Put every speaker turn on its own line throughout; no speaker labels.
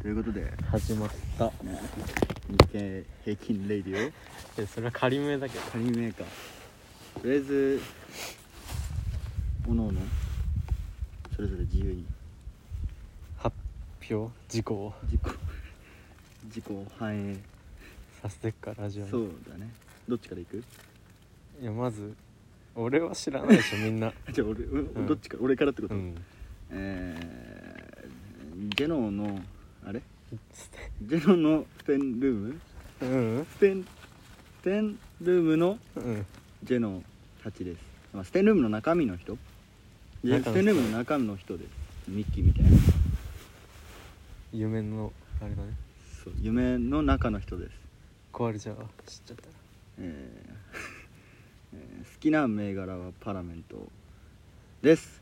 ということで
始まった
日経平均レイディ
えそれは仮名だけど
オ仮メーカーとりあえずおのおのそれぞれ自由に
発表事項を
自己 自己反映
させてっかラジオに
そうだねどっちからいく
いやまず俺は知らないでしょみん な
あじゃあ俺、うんどっちか俺からってこと、
うん
えー、ジェノのあれ
ステ
ジェノのステンルーム
うん
ステンステンルームの
うん
ジェノたちです、まあ、ステンルームの中身の人ジェス
中の人
テンルームの中身の人ですミッキーみたいな
夢のあれだね
そう夢の中の人です、
壊れちゃうわ知っちゃったら
えーえー 好きな銘柄はパラメントです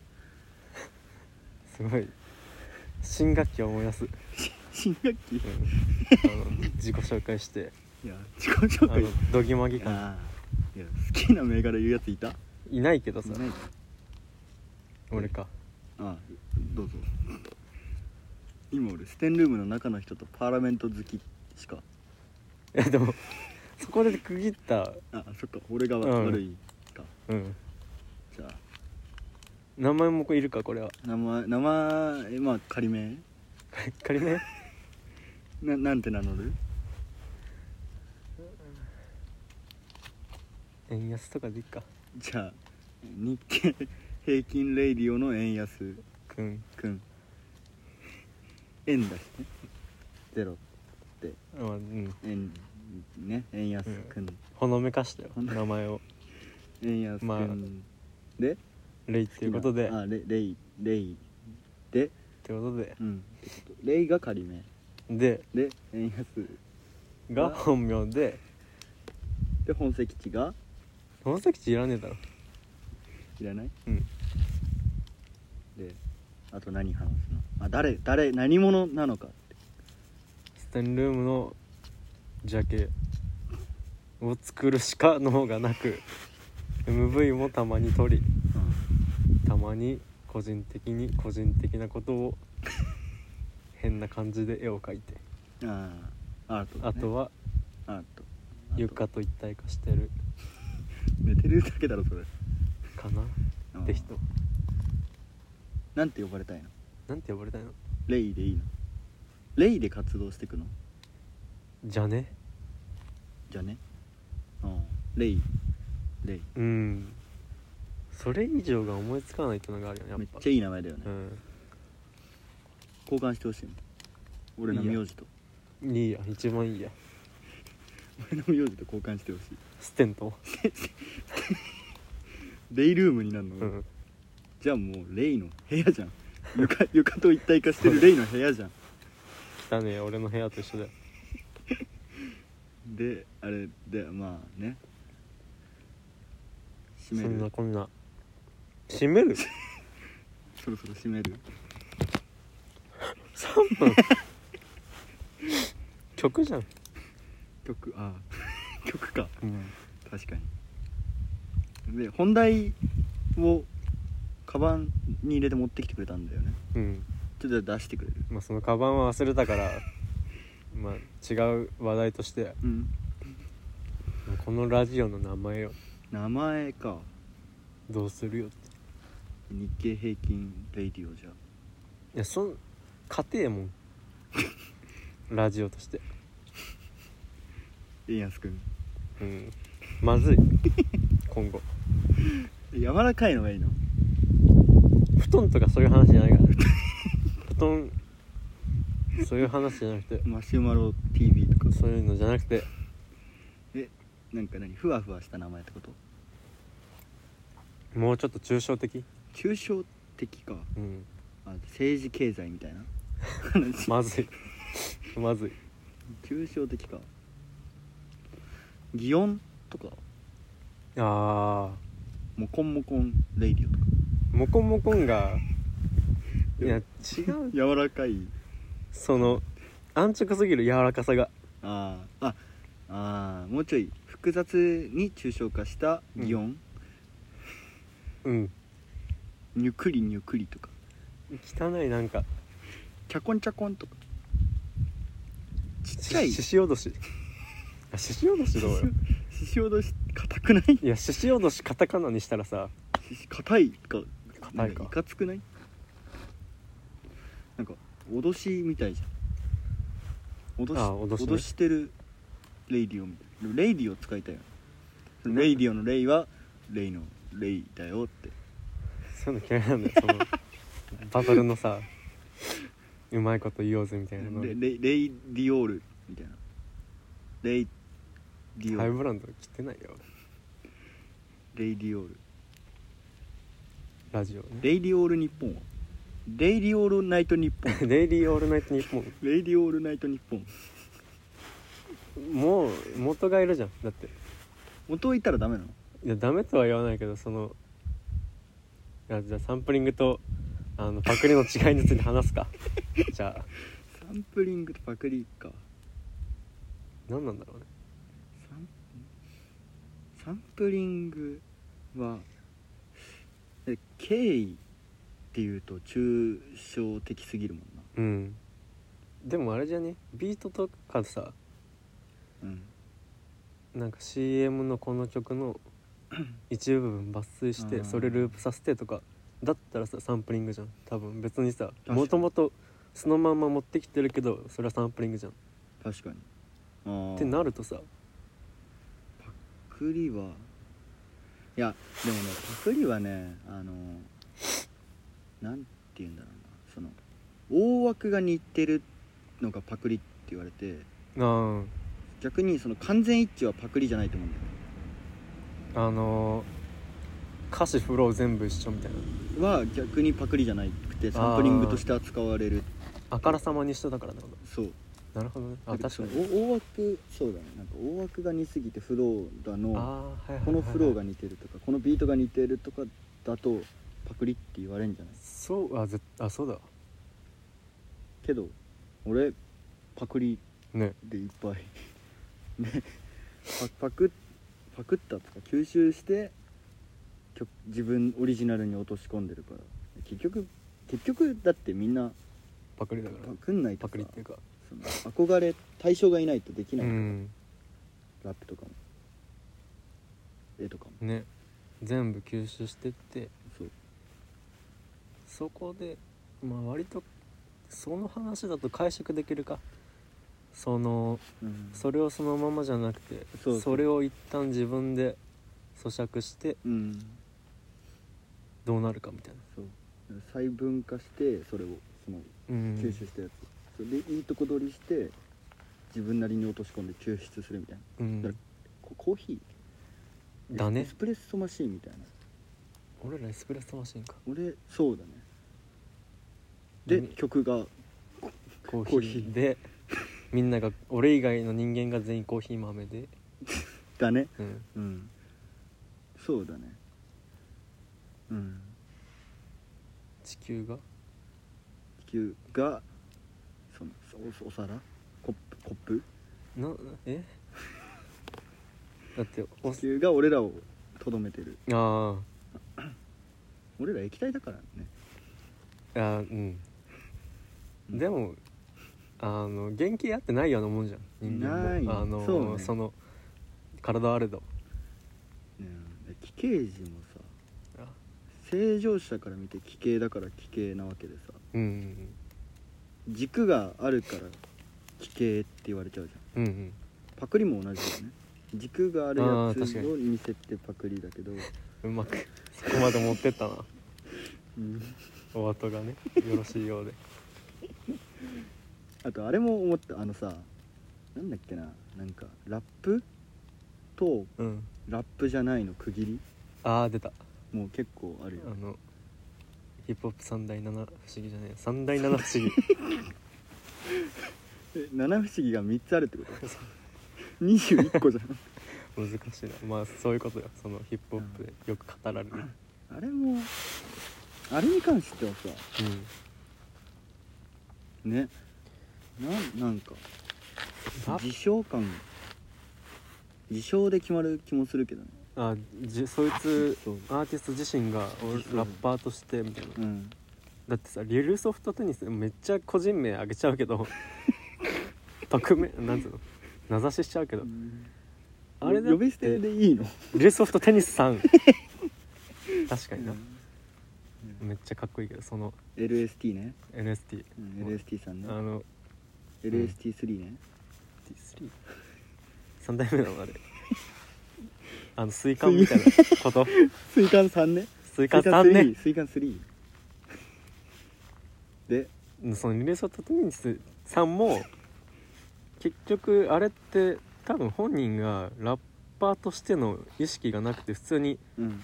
すごい新学期を思い出す、
新学期い
うんあの自己紹介 して
や自己紹
あ
介
のどぎまぎ感
ああいや好きな銘柄言うやついた
いないけどさ
いない
俺か
ああどうぞ今俺ステンルームの中の人とパーラメント好きしか
いやでもそこで区切った
あそっか俺が
うん
悪いか、
うん
じゃあ
名前もいるかこれは
名前名前まあ仮名
仮名
ななんて名乗る
円安とかでいいか
じゃあ日経平均レイディオの円安
くん
くん円だしねゼロ
あうん
円ね円安くん、
ほのめかしたよ
ほん
名前を
円安くん、
まあ
で
レイっていうことでっ
あレレイレイで
てことで
うんってことレイが仮名
で
で円安
が本名で
で本籍地が
本籍地いらねえだろ
いらない
うん
であと何話すのあ誰誰何者なのかって
ステンルームのジャケを作るしか能がなく MV もたまに撮りたまに個人的に個人的なことを変な感じで絵を描いて
ああアート、ね、
あとは
アートあと
床と一体化してる
寝てるだけだろそれ
かなって人
うんなんて呼ばれたいの
なんて呼ばれたいの
レイでいいのレイで活動していくの
じゃね
じゃねうんレイレイ
うんそれ以上が思いつかないってのがあるよねやっ
めっ
ぱ
ちゃいい名前だよね、
う
交換してほしいもん俺の名字と
んいいや一番いいや
俺の名字と交換してほしい
ステント
レイルームになるの、
うん
じゃあもうレイの部屋じゃん 床床と一体化してるレイの部屋じゃん
汚ねえ俺の部屋と一緒だよ
であれでまあね
そ
閉め
ん
る
なこんな閉める
そろそろ閉める
3分 曲じゃん、
曲あ あ曲か
うん、
確かにで本題をカバンに入れて持ってきてくれたんだよね
うん
ちょっと出してくれる
まあそのカバンは忘れたからまあ違う話題として
うん
このラジオの名前を
名前か
どうするよって
日経平均レイディオじゃ
いやそん勝てえ もんラジオとして
円安くん
うんまずい今後
柔らかいのがいいの
布団とかそういう話じゃないからね布団そういう話じゃなくて
マシュマロ TV とか
そういうのじゃなくて
えなんか何ふわふわした名前ってこと
もうちょっと抽象的
抽象的か
うん
あ政治経済み たいな話
まずいまずい
抽象的か擬音とか
ああ
モコンモコンレイディオとか
モコモコンがいや違う
柔らかい
その安直すぎる柔らかさが
あーああーもうちょい複雑に抽象化した擬音、
うん
にゅくりにゅくりとか
汚いなんか
ちゃこんちゃこんとかちっちゃいし
ししおどしあししおどしどうよ
しおどし硬くない
いやししおどしカタカナにしたらさ
硬いか
硬いか
なんかいかつくないなんか脅しみたいじゃん脅し
あ脅しね
してるレイディオみたいなでもレイディオ使いたいよレイディオのレイはレイのレイだよって
そういうの嫌いなんだよそのバトルのさうまいこと言おうぜみたいなの
レレレイディオールみたいなレイディオ
ハイ
ール
ブランド切ってないよ
レイディオール
ラジオね
レイディオール日本はレイディオールナイト日本
デイリーオールナイトニッポン
レイディオールナイト日本
もう元がいるじゃんだって
元を言ったらダメなの
いやダメとは言わないけどそのいやじゃあサンプリングとあのパクリの違いについて話すかじゃあ
サンプリングとパクリか
何なんだろうね
サンサンプリングはえ敬意っていうと抽象的すぎるもんな
うんでもあれじゃねビートとかさ
うん
なんか CM のこの 曲の一部分抜粋して
うん
それループさせてとかだったらさサンプリングじゃん多分別にさ
かに
もともとそのまんま持ってきてるけどそれはサンプリングじゃんっ
確かにあー
てなるとさ
パクリはいやでもねパクリはねあのなんて言うんだろうなその大枠が似てるのがパクリって言われて
あー
逆にその完全一致はパクリじゃないと思うんだよね
あのー歌詞フロー全部一緒みたいな
は逆にパクリじゃなくてサンプリングとして扱われる
あからさまにしてたからなの
そう
なるほどねあ確か
だ
に
けどお大枠そうだねなんか大枠が似すぎてフローだ
あ
の
ーはいはいはいはい
このフローが似てるとかこのビートが似てるとかだとパクリって言われるんじゃない
そうあぜあそうだわ
けど俺パクリ
ね
でいっぱいねパパクパクったとか吸収して曲自分オリジナルに落とし込んでるから結局結局だってみんな
パクリだか
パ
ら
クんないと
パ
さ
クリっていうか
その憧れ対象がいないとでき
う
ない、
ん
ラップとかも絵とかも
ね全部吸収してって
そう
そこでまあ割とその話だと解釈できるかその
うん
それをそのままじゃなくて
そうそう
れを一旦自分で咀嚼して
うん
どうなるかみたいな
そう細分化してそれをその
うん
吸収したやつ、それでいいとこ取りして自分なりに落とし込んで抽出するみたいな
うん
こコーヒー
だね
エスプレッソマシーンみたいな
俺らエスプレッソマシンか
俺そうだねで、
うん
曲が
コーヒ
コーヒ
ー
ー
でみんなが俺以外の人間が全員コーヒー豆で、
だね
うん、
うんそうだねうん
地球が
地球がそのおお皿コップコップ
なえ だってお
地球が俺らをとどめてる
ああ
俺ら液体だからね
いやうんでもあの原型合ってないようなもんじゃん人間も
ない
あの
そうね
の体あれど
うんで奇形児もさ正常者から見て奇形だから奇形なわけでさ
うん
軸があるから奇形って言われちゃうじゃん
うんうんうん
パクリも同じだよね軸がある
あ
や
ー確
つ
かに
を似せてパクリだけど、う、
うまくそこまで持ってったなんお後がねよろしいようで
あとあれも思ったあのさなんだっけななんかラップと
うん
ラップじゃないの区切り
ああ出た
もう結構あるよ
あのヒップホップ三大七不思議じゃねえ三大七 不思議
え七不思議が3つあるってこと21個じゃ
難しいなまあそういうことよそのヒップホップでよく語られるうん
んあれもあれに関してはさねなんなんか
ラ
自称感自称で決まる気もするけどね
あじそいつ
そう
アーティスト自身が俺
そう
ラッパーとしてみたいな
うん
だってさリルソフトテニスめっちゃ個人名あげちゃうけど 匿名なんつうの名指ししちゃうけどあれだって
呼び捨てでいいの
ルイソフトテニス さん確かにな、
うん
めっちゃかっこいいけどその
LST ね、
NST
うん LST さんね
あの
LST3 ね
T33 代目な のあれあの水管みたいなこと
水管3ね
水管さんね
水管3で
うんそのルイソフトテニスさんも結局あれって多分本人がラッパーとしての意識がなくて普通に
うん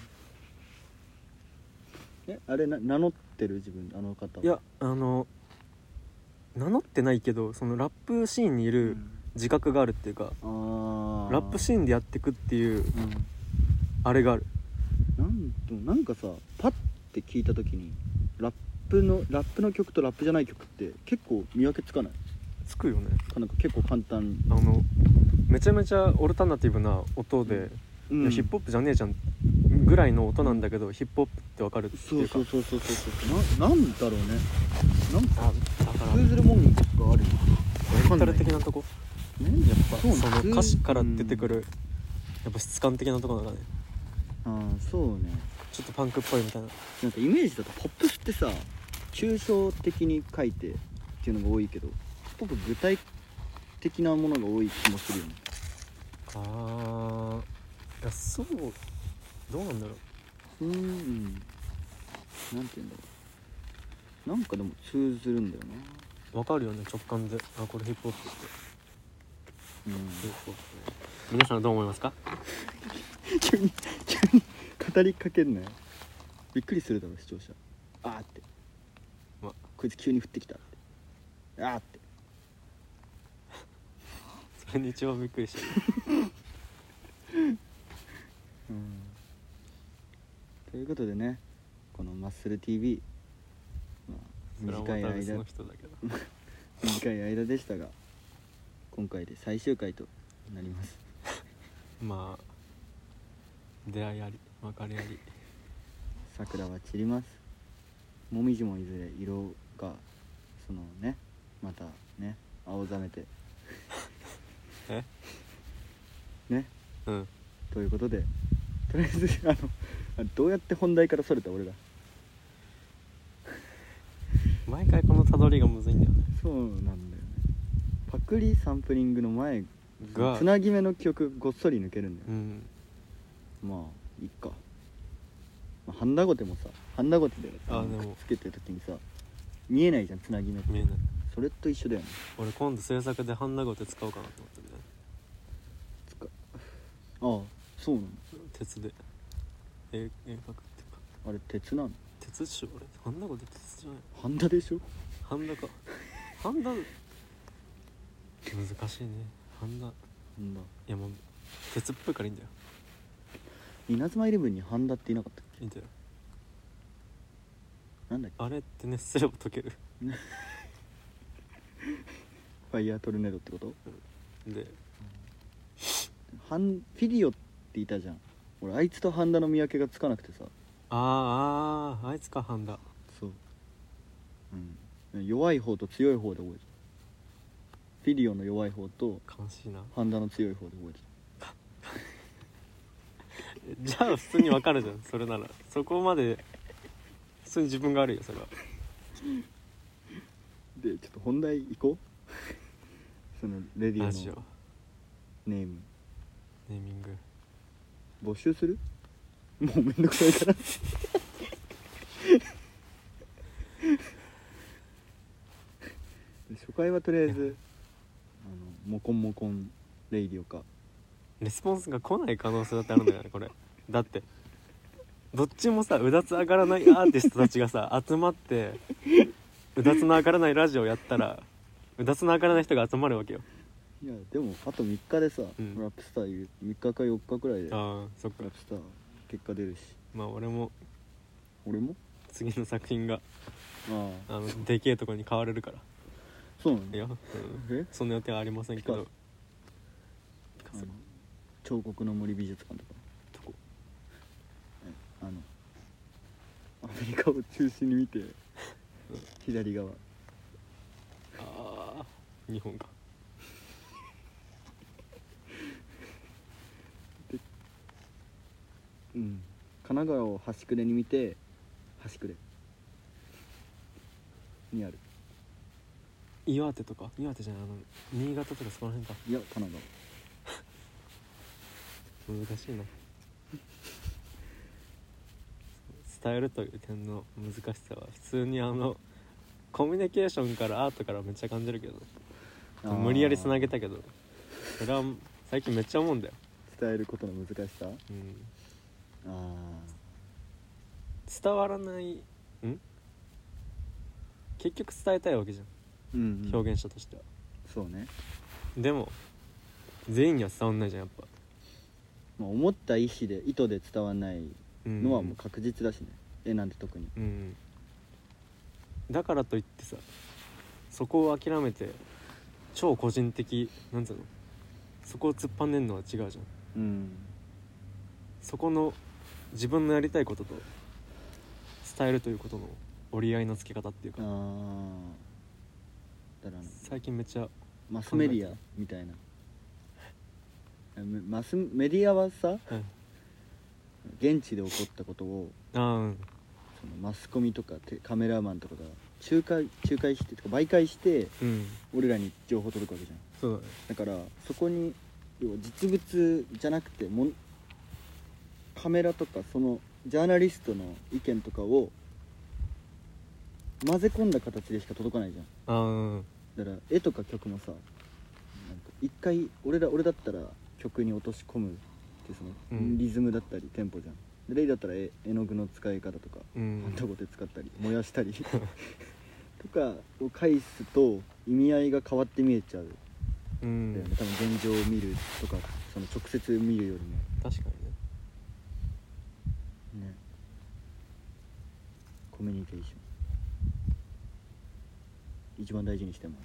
えあれな名乗ってる自分あの方
いやあの名乗ってないけどそのラップシーンにいうる
ん
自覚があるっていうか、
あー
ラップシーンでやってくってい
う
う
ん
あれがある
なんでもなんかさパッて聞いた時にラップのラップの曲とラップじゃない曲って結構見分けつかない
つくよね
かなんか結構簡単、
あのめちゃめちゃオルタナティブな音で、
うん
いやヒップホップじゃねえじゃんぐらいの音なんだけど、ヒップホップってわかるって
そ
いううか
そうそうそうそうそうななんだろうねなんか
あだから
通ずるもんがある
メンタル的
ね
なとこ
やっぱ
その歌詞から出てく、る、やっぱ質感的なとこなんかね
うんああそうね
ちょっとパンクっぽいみたいな
なんかイメージだとポップスってさ抽象的に書いてっていうのが多いけどポップ具体的なものが多い気もするよね
あーいやそうどうなんだろう
うーんなんて言うんだろうなんかでも通ずるんだよな
わかるよね直感であこれヒップホップってヒッ
う
プホップね皆さんどう思いますか
ん急に急に語りかけんなよびっくりするだろ視聴者あーって、
ま
こいつ急に降ってきたってあーって
それに一番びっくり してる
うんということでねこのマッスル TV、まあ、
それは
短い
また別
間
の人だけど
短い間でしたが今回で最終回となります
まあ出会いあり別れあり
桜は散りますもみじもいずれ色がそのねまたね青ざめて
え
ね
うん
ということでとりあえず あのあどうやって本題からそれた俺ら
毎回このたどりがむずいんだよね
そうなんだよねパクリサンプリングの前
が
つなぎ目の曲ごっそり抜けるんだよ
う
ね、
ん
まあいっか、まあ、ハンダゴテもさハンダゴテで
あ
あの
で
くっ
も
つけてる時にさ見えないじゃんつなぎ目って
見えない
それと一緒だよね
俺今度制作でハンナゴテ使おうかなと思ってるね
ああそうなの
鉄で鋭鋭角っていうか
あれ鉄なの
鉄っしょ俺ハンナゴテ鉄じゃない
ハンダでしょ
ハンダかハンダ難しいねハンダい
ハンダ
やもう鉄っぽいからいいんだよ
稲妻イレブンにハンダっていなかったっ
いいんだよ
けなんだっけ
あれって熱すれば溶ける
ファイヤートルネードってこと
で
ハンフィディオっていたじゃん俺あいつとハンダの見分けがつかなくてさ
あーあーあいつかハンダ
そううん弱い方と強い方で覚えてたフィディオの弱い方と
悲しいな
ハンダの強い方で覚えてた
じゃあ普通にわかるじゃんそれならそこまで普通に自分があるよそれは
でちょっと本題行こう そのレディ
ラ
オ
ジオ
のネーム
ネーミング
募集するもうめんどくさい から初回はとりあえずあのモコンモコンレイディオか
レスポンスが来ない可能性だってあるんだよねこれだってどっちもさうだつ上がらないアーティストたちがさ 集まってうだつの上がらないラジオやったらうだつの上がらない人が集まるわけよ
いやでもあと3日でさ、
うん
ラップスターいう3日か4日くらいでラッ
ああそっか
プスター結果出るし
まあ俺も
俺も
次の作品が
ああ
あのでけえとこに変われるから
そうなん
い
だ
や、うん
え
そんな予定はありませんけどピカ
あ
ソ
の彫刻の森美術館とか
どこ
あのアメリカを中心に見て左側
ああ日本か
神奈川を端くれに見て端くれにある
岩手とか岩手じゃないあの新潟とかそこら辺か
いや神奈
難しいな伝えるという点の難しさは普通にあのコミュニケーションからアートからめっちゃ感じるけど
川
無理やりつなげ
あ
たけどそれは最近めっちゃ思うんだよ、
ー伝えることの難しさ
うん、
ああ
伝わらないん結局伝えたいわけじゃ
うん、
ん表現者としては、
そうね、
でも全員には伝わんないじゃんやっぱ、
まあ、思った意思で意図で伝わんない
うん、
のはもう確実だしね、絵なんて特に
うんだからといってさそこを諦めて超個人的なんつうのそこを突っ張ねんのは違うじゃん
うん
そこの自分のやりたいことと伝えるということの折り合いのつけ方っていう
あ
か
あだからあの
最近めっちゃ
マスメディアみたいなえめマスメディアはさ
うん
現地で起こったことを
あーうん
そのマスコミとかテカメラマンとかが仲介仲介してとか媒介して
うん
俺らに情報届くわけじゃん
そうだね
だからそこに要は実物じゃなくてもんカメラとかそのジャーナリストの意見とかを混ぜ込んだ形でしか届かないじゃん
あーうん
だから絵とか曲もさなんか一回俺ら俺だったら曲に落とし込むってその
うん
リズムだったりテンポじゃん、でレイだったら絵絵の具の使い方とか
う
ハン
ん
ダゴテ使った り燃やしたりとかを返すと意味合いが変わって見えちゃう
う
だよね
ん
多分現状を見るとかその直接見るより
確かに
も
ね
ねコミュニケーション一番大事にしてもんね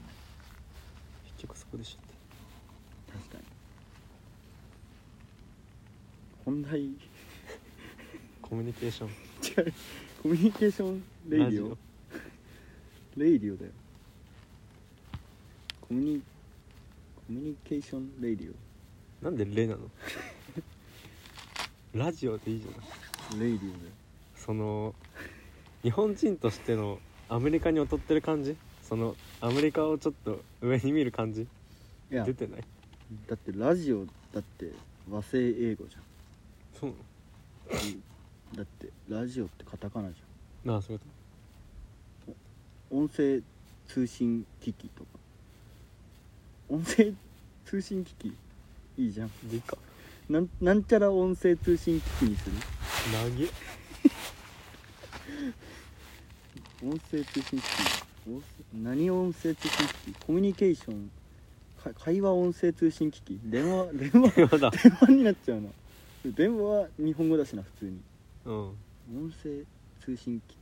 結局そこでしょって
確かに本題違
コミュニケーション
うコミュニケーションレイディ
ラ
オレイディオだよコミュニコミュニケーションレイディ
なんで「 レ」なのラジオでいいじゃない
オレイディオだよ
その日本人としてのアメリカに劣ってる感じそのアメリカをちょっと上に見る感じ
いや
出てない
だってラジオだって和製英語じゃん
そう
だってラジオってカタカナじ
なのああそういうこ
ゃん音声通信機器とか音声通信機器いいじゃん
とでいいか
なんなんちゃら音声通信機器にする
投げ
音声通信機器音声何音声通信機器コミュニケーションか会話音声通信機器電話 電話
まだ
電話になっちゃうな電話は日本語だしな普通に
うん
音声通信機器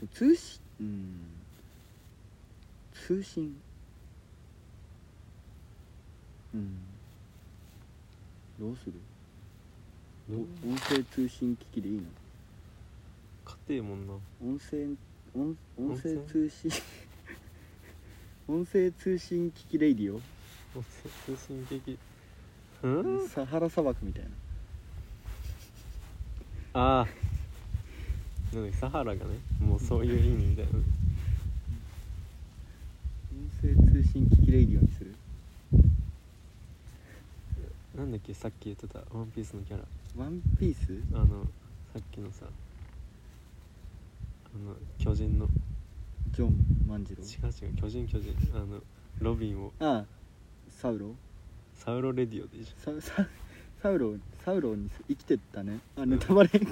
でも通信うん通信うんどうするお音声通信機器でいいの
勝てえもん な
音声音音声
音声
通信 音声通信機器レイディオ
お通信的うん
サハラ砂漠みたいな
ああなんだっけサハラがねもうそういう意味だよね
音声通信機器レイディオにする
なんだっけさっき言ってたワンピースのキャラ
ワンピース
あのさっきのさあの巨人の
ジョン万次郎
違う違う巨人巨人あのロビンを
ああサウロ
サウロレディオでいいじ
サササウロサウロにす生きてったねあネタバレ
ゃん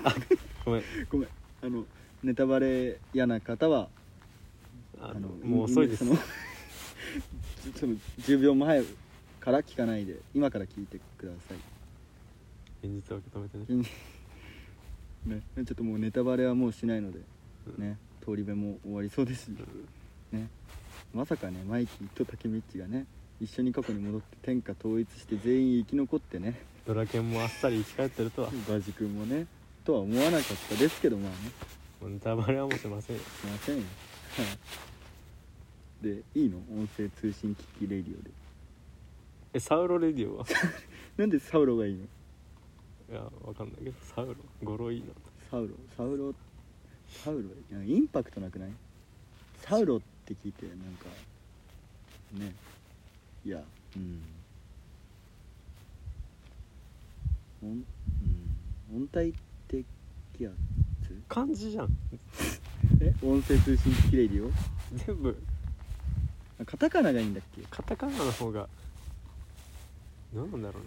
ごめん
ごめんあのネタバレ嫌な方は
あのもう遅いです
その その10秒前から聞かないで今から聞いてください
現実を受け止めてね
ね、ちょっともうネタバレはもうしないので
うん
ね通り部も終わりそうですし
うん
ねまさかねマイキーとタケミッチがね一緒に過去に戻って天下統一して全員生き残ってね
ドラケンもあっさり生き返ってるとはも
バジ君もねとは思わなかったですけどまあね
うネタバレはもうしませんよ
すいませんよはいでいいの音声通信機器レディオで
えサウロレディオは
なんでサウロがいいの
いやわかんないけどサウロ語呂いいなと
サウロサウロサウロいやインパクトなくないサウロって聞いてなんかねいやうんおん、うん、音体的気圧
漢字じゃん
え音声通信機器レイディ
全部
オカタカナがいいんだっけ
カタカナの方が何なんだろう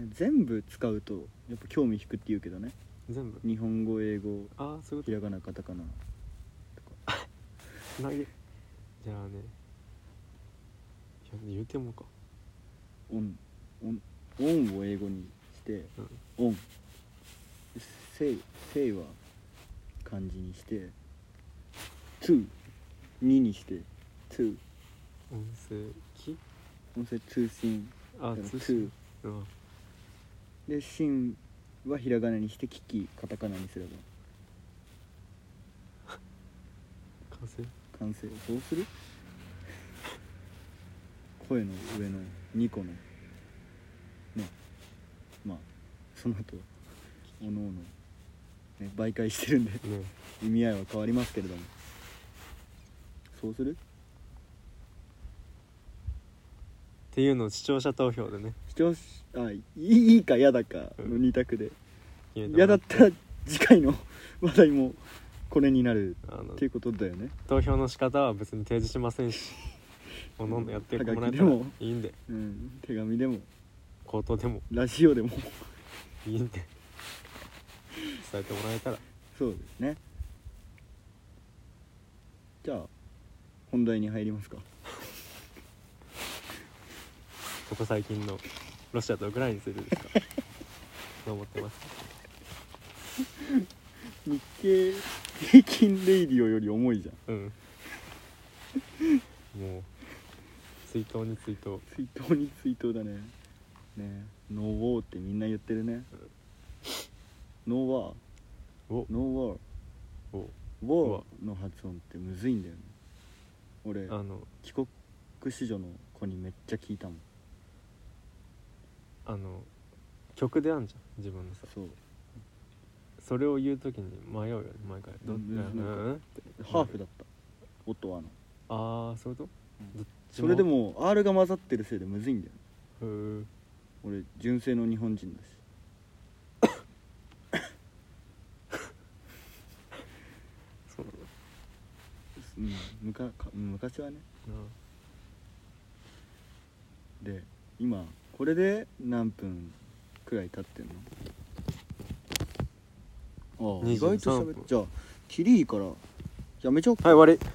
ね
全部使うとやっぱ興味引くって言うけどね
全部
日本語英語
ああそういう
ひ
こ
らがなカタカナ
とつなげじゃあねいや言うてもか
オンオンオンを英語にして
うん
オンせいせいは漢字にしてツーににしてツー
音声機
音声通信
あ
だから
通
ツー
信うん
でシンはひらがなにしてキキカタカナにすれば
完成
完成どうする 声の上の2個のねまあその後おのおの、ね、媒介してるんで
ね
意味合いは変わりますけれどもそうする
っていうのを視聴者投票でね
視聴しあいいいいか嫌だかの2択で
決め
嫌だ
も
っ
ら
たら次回の 話題もこれになる
あの
っていうことだよね
投票の仕方は別に提示しませ んしおのおのやってもらえ
は
たら
がきでも
いいんで
うん手紙でも
口頭でも
ラジオでも
いいんで伝えてもらえたら
そうですねじゃあ本題に入りますか
ここ最近のロシアとウクライナについてですかどう思ってます
日経平均レイディオより重いじゃん
うんもう追悼に追悼
追悼に追悼だねねノーウォーってみんな言ってるねノーワー
を
ノーワー
を
ウォーの発音ってむずいんだよね俺
あの
帰国子女の子にめっちゃ聞いたもん
あの曲であんじゃん自分のさ
そう
それを言う時に迷うよね毎回どっ
う
ち
ん
うんうん
ハーフだった音はの
ああそういうこと
うん
どっち
それでも R が混ざってるせいでむずいんだよね
ふう
俺純正の日本人だし
そうなんだ
うんむかか昔はねで今これで何分くらい経ってんのああ
23
意外と喋ってじゃあキリいいからやめちゃおうか
はい終わり